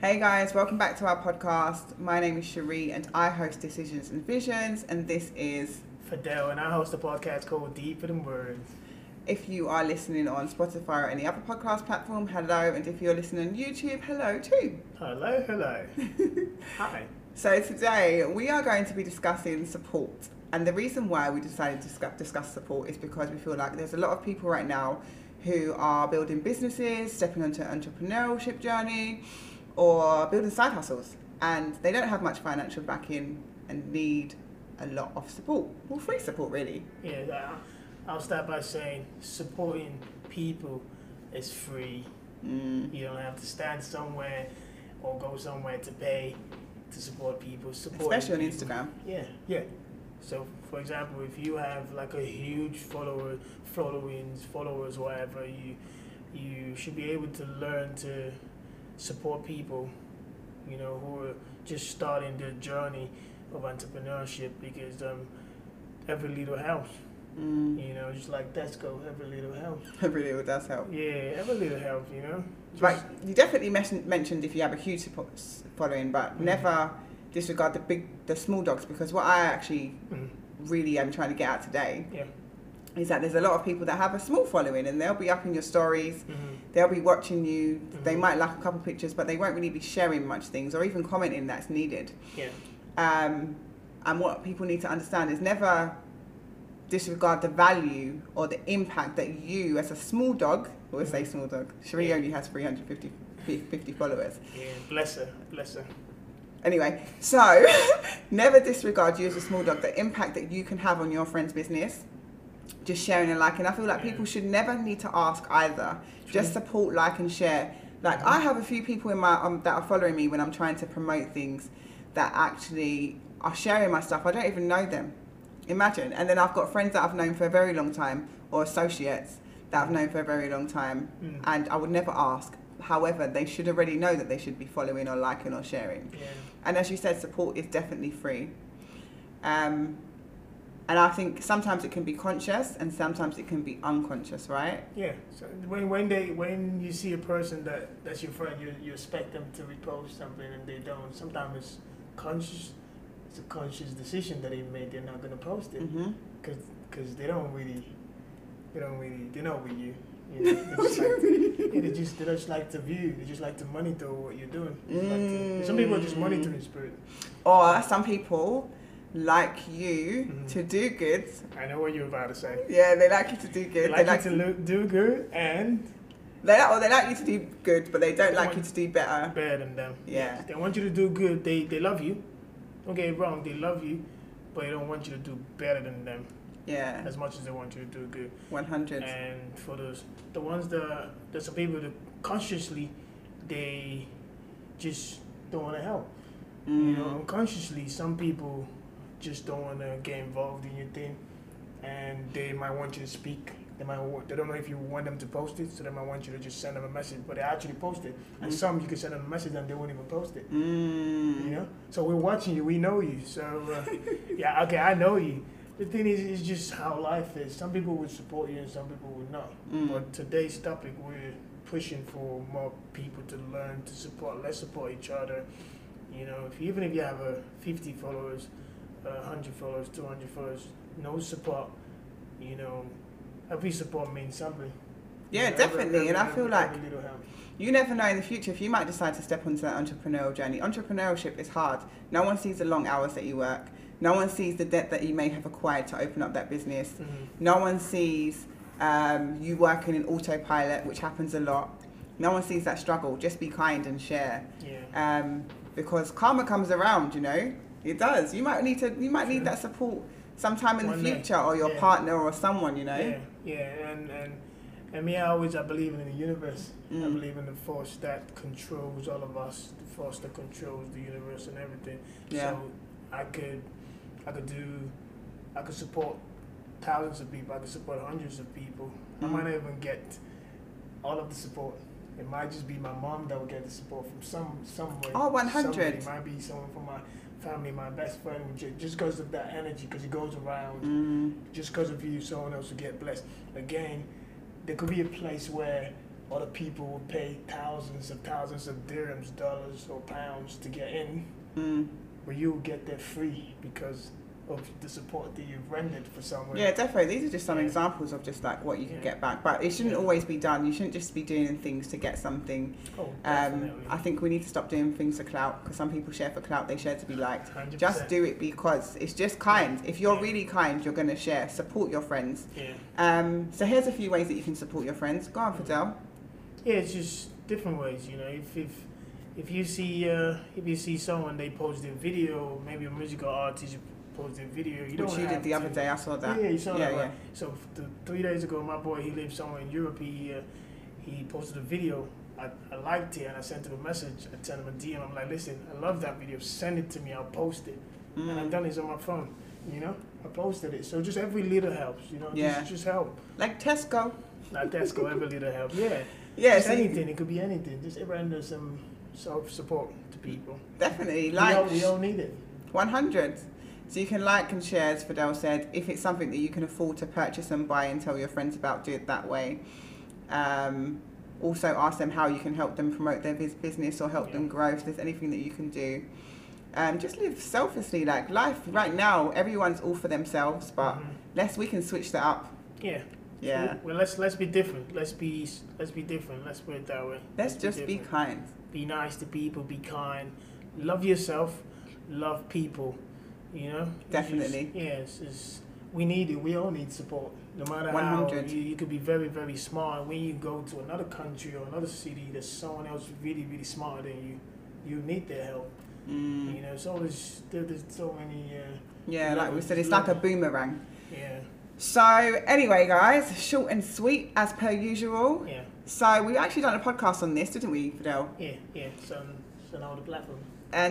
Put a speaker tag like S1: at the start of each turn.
S1: Hey guys, welcome back to our podcast. My name is Cherie and I host Decisions and Visions, and this is
S2: Fidel, and I host a podcast called Deep in Words.
S1: if you are listening on Spotify or any other podcast platform, hello, and if you're listening on YouTube, hello too.
S2: Hello, hello. Hi.
S1: So today we are going to be discussing support, and the reason why we decided to discuss, discuss support is because we feel like there's a lot of people right now who are building businesses, stepping onto an entrepreneurship journey, or building side hustles, and they don't have much financial backing and need a lot of support, well, free support really.
S2: Yeah, I- I'll start by saying supporting people is free.
S1: Mm.
S2: You don't have to stand somewhere or go somewhere to pay to support people. Support
S1: Especially on Instagram.
S2: Yeah, yeah. So, for example, if you have like a huge follower, followings, followers, whatever, you you should be able to learn to support people, you know, who are just starting their journey of entrepreneurship because um, every little helps,
S1: Mm.
S2: you know, just like Tesco, every little helps.
S1: It really does help.
S2: Yeah, every little helps, you know. Just-
S1: Like you definitely mentioned, mentioned if you have a huge suppo- s- following, but
S2: Mm.
S1: never disregard the big, the small dogs because what I actually
S2: Mm,
S1: really am trying to get out today
S2: yeah.
S1: is that there's a lot of people that have a small following and they'll be up in your stories,
S2: mhm.
S1: they'll be watching you, they
S2: Mhm.
S1: might like a couple pictures, but they won't really be sharing much things or even commenting that's needed.
S2: Yeah.
S1: Um, and what people need to understand is never disregard the value or the impact that you, as a small dog, I always say small dog, Sheree
S2: Mm-hmm. Yeah.
S1: only has 350 50 followers.
S2: Yeah. Bless her. Bless her.
S1: Anyway, so never disregard you as a small dog, the impact that you can have on your friend's business, just sharing and liking. I feel like
S2: Yeah.
S1: people should never need to ask either. Just
S2: True.
S1: support, like, and share. Like, I have a few people in my um, that are following me when I'm trying to promote things that actually are sharing my stuff. I don't even know them. Imagine. And then I've got friends that I've known for a very long time, or associates that I've known for a very long time,
S2: Mm,
S1: and I would never ask. However, they should already know that they should be following or liking or sharing.
S2: yeah.
S1: And as you said, support is definitely free. Um, and I think sometimes it can be conscious and sometimes it can be unconscious, right?
S2: Yeah. So when when they when you see a person that that's your friend, you you expect them to repost something and they don't. Sometimes it's conscious. It's a conscious decision that they made. They're not gonna post it
S1: Mm-hmm.
S2: because they don't really they don't really they're not with you. you know? They just like- yeah, they just they just like to view. They just like to monitor what you're doing. They just like to- some people are just
S1: Mm.
S2: monitoring spirit.
S1: Or some people like you
S2: Mhm.
S1: to do good.
S2: I know what you're about to say.
S1: Yeah, they like you to do
S2: They
S1: good.
S2: like, you to look, do good and
S1: They like, or they like you to do good, but they don't
S2: They
S1: like
S2: want-
S1: you to do better.
S2: better than them.
S1: Yeah.
S2: They want you to do good. They they love you. Don't get it wrong. They love you, but they don't want you to do better than them
S1: Yeah,
S2: as much as they want you to do good.
S1: 100.
S2: And for those the ones that there's some people that consciously they just don't want to help. You know,
S1: Mm.
S2: unconsciously, some people just don't want to get involved in your thing, and they might want you to speak. They might wa- they don't know if you want them to post it, so they might want you to just send them a message. But they actually post it, and
S1: Mm.
S2: some you can send them a message and they won't even post it.
S1: Mm.
S2: You know, so we're watching you. We know you. So uh, yeah, okay, I know you. The thing is, it's just how life is. Some people would support you, and some people would not.
S1: Mm.
S2: But today's topic, we're pushing for more people to learn to support. Let's support each other. You know, if even if you have a 50 followers, uh, 100 followers, 200 followers, no support. You know, every support means something.
S1: Yeah,
S2: You know, every-
S1: definitely. And I
S2: every-
S1: feel
S2: every
S1: like
S2: little help.
S1: You never know in the future if you might decide to step onto that entrepreneurial journey. Entrepreneurship is hard. No one sees the long hours that you work. No one sees the debt that you may have acquired to open up that business.
S2: Mhm.
S1: No one sees um, you working in autopilot, which happens a lot. No one sees that struggle. Just be kind and share,
S2: yeah.
S1: um, because karma comes around. You know, it does. You might need to. You might need
S2: True.
S1: that support sometime in
S2: One
S1: the
S2: day.
S1: future, or your
S2: Yeah.
S1: partner, or someone. You know.
S2: Yeah, yeah, and and and me, I always I believe in the universe. I
S1: Mm.
S2: believe in the force that controls all of us, the force that controls the universe and everything.
S1: Yeah.
S2: So I could, I could do, I could support thousands of people. I could support hundreds of people. I
S1: Mm.
S2: might not even get all of the support. It might just be my mom that will get the support from some somewhere.
S1: Oh, 100.
S2: somebody. It might be someone from my family, my best friend, who ju- just because of that energy, because it goes around
S1: Mm.
S2: just because of you, someone else will get blessed. Again, there could be a place where other people will pay thousands and thousands of dirhams, dollars, or pounds to get in,
S1: Mm.
S2: but you'll get there free because of the support that you've rendered for someone.
S1: Yeah, definitely. These are just some
S2: Yeah.
S1: examples of just like what you can
S2: Yeah.
S1: get back, but it shouldn't
S2: Yeah.
S1: always be done. You shouldn't just be doing things to get something.
S2: Oh,
S1: Um,
S2: definitely.
S1: I think we need to stop doing things for clout because some people share for clout; they share to be liked.
S2: 100%.
S1: Just do it because it's just kind. If you're
S2: Yeah.
S1: really kind, you're gonna share. Support your friends.
S2: Yeah.
S1: Um, so here's a few ways that you can support your friends. Go
S2: Mm.
S1: on, Fidel.
S2: Yeah, it's just different ways, you know. If if if you see uh, if you see someone they post their video, maybe a musical artist post their video, you
S1: Which
S2: don't
S1: you
S2: have
S1: did the
S2: to.
S1: other day. I saw that.
S2: Yeah, you saw that.
S1: Yeah,
S2: right? So f- th three days ago, my boy he lives somewhere in Europe. He uh, he posted a video. I, I liked it and I sent him a message. I sent him a DM. I'm like, listen, I love that video. Send it to me. I'll post it. And I've
S1: Mm.
S2: done this on my phone. You know, I posted it. So just every little helps. You know,
S1: Yeah.
S2: just just help.
S1: Like Tesco.
S2: Not Tesco, every little helps. Yeah.
S1: Yeah,
S2: Just
S1: so you-
S2: anything. It could be anything. Just render some self support to people.
S1: definitely.
S2: We all,
S1: Mm. Like
S2: we all need it.
S1: 100. So you can like and share, as Fidel said, if it's something that you can afford to purchase and buy and tell your friends about, do it that way. Um, also ask them how you can help them promote their bus- business or help them
S2: Yeah.
S1: grow if there's anything that you can do. Um, just live selflessly, like life right now, everyone's all for themselves, but
S2: Mhm.
S1: less we can switch that up.
S2: yeah.
S1: Yeah.
S2: Well, let's let's be different. Let's be let's be different. Let's put it that way.
S1: Let's just be
S2: different.
S1: kind.
S2: be nice to people, be kind, love yourself, love people. You know, It's just-
S1: Definitely.
S2: yeah, it's, it's, we need it. We all need support, no matter how.
S1: 100.
S2: You, you could be very, very smart. When you go to another country or another city, there's someone else really, really smarter than you. You need their help. You
S1: Mm.
S2: know, it's always there, there's so many. Uh,
S1: Yeah, like we said, it's
S2: Yeah.
S1: like a boomerang.
S2: yeah,
S1: So, anyway, guys, short and sweet as per usual.
S2: yeah,
S1: So we actually done a podcast on this, didn't we, Fidel?
S2: yeah, yeah. So, so now the platform.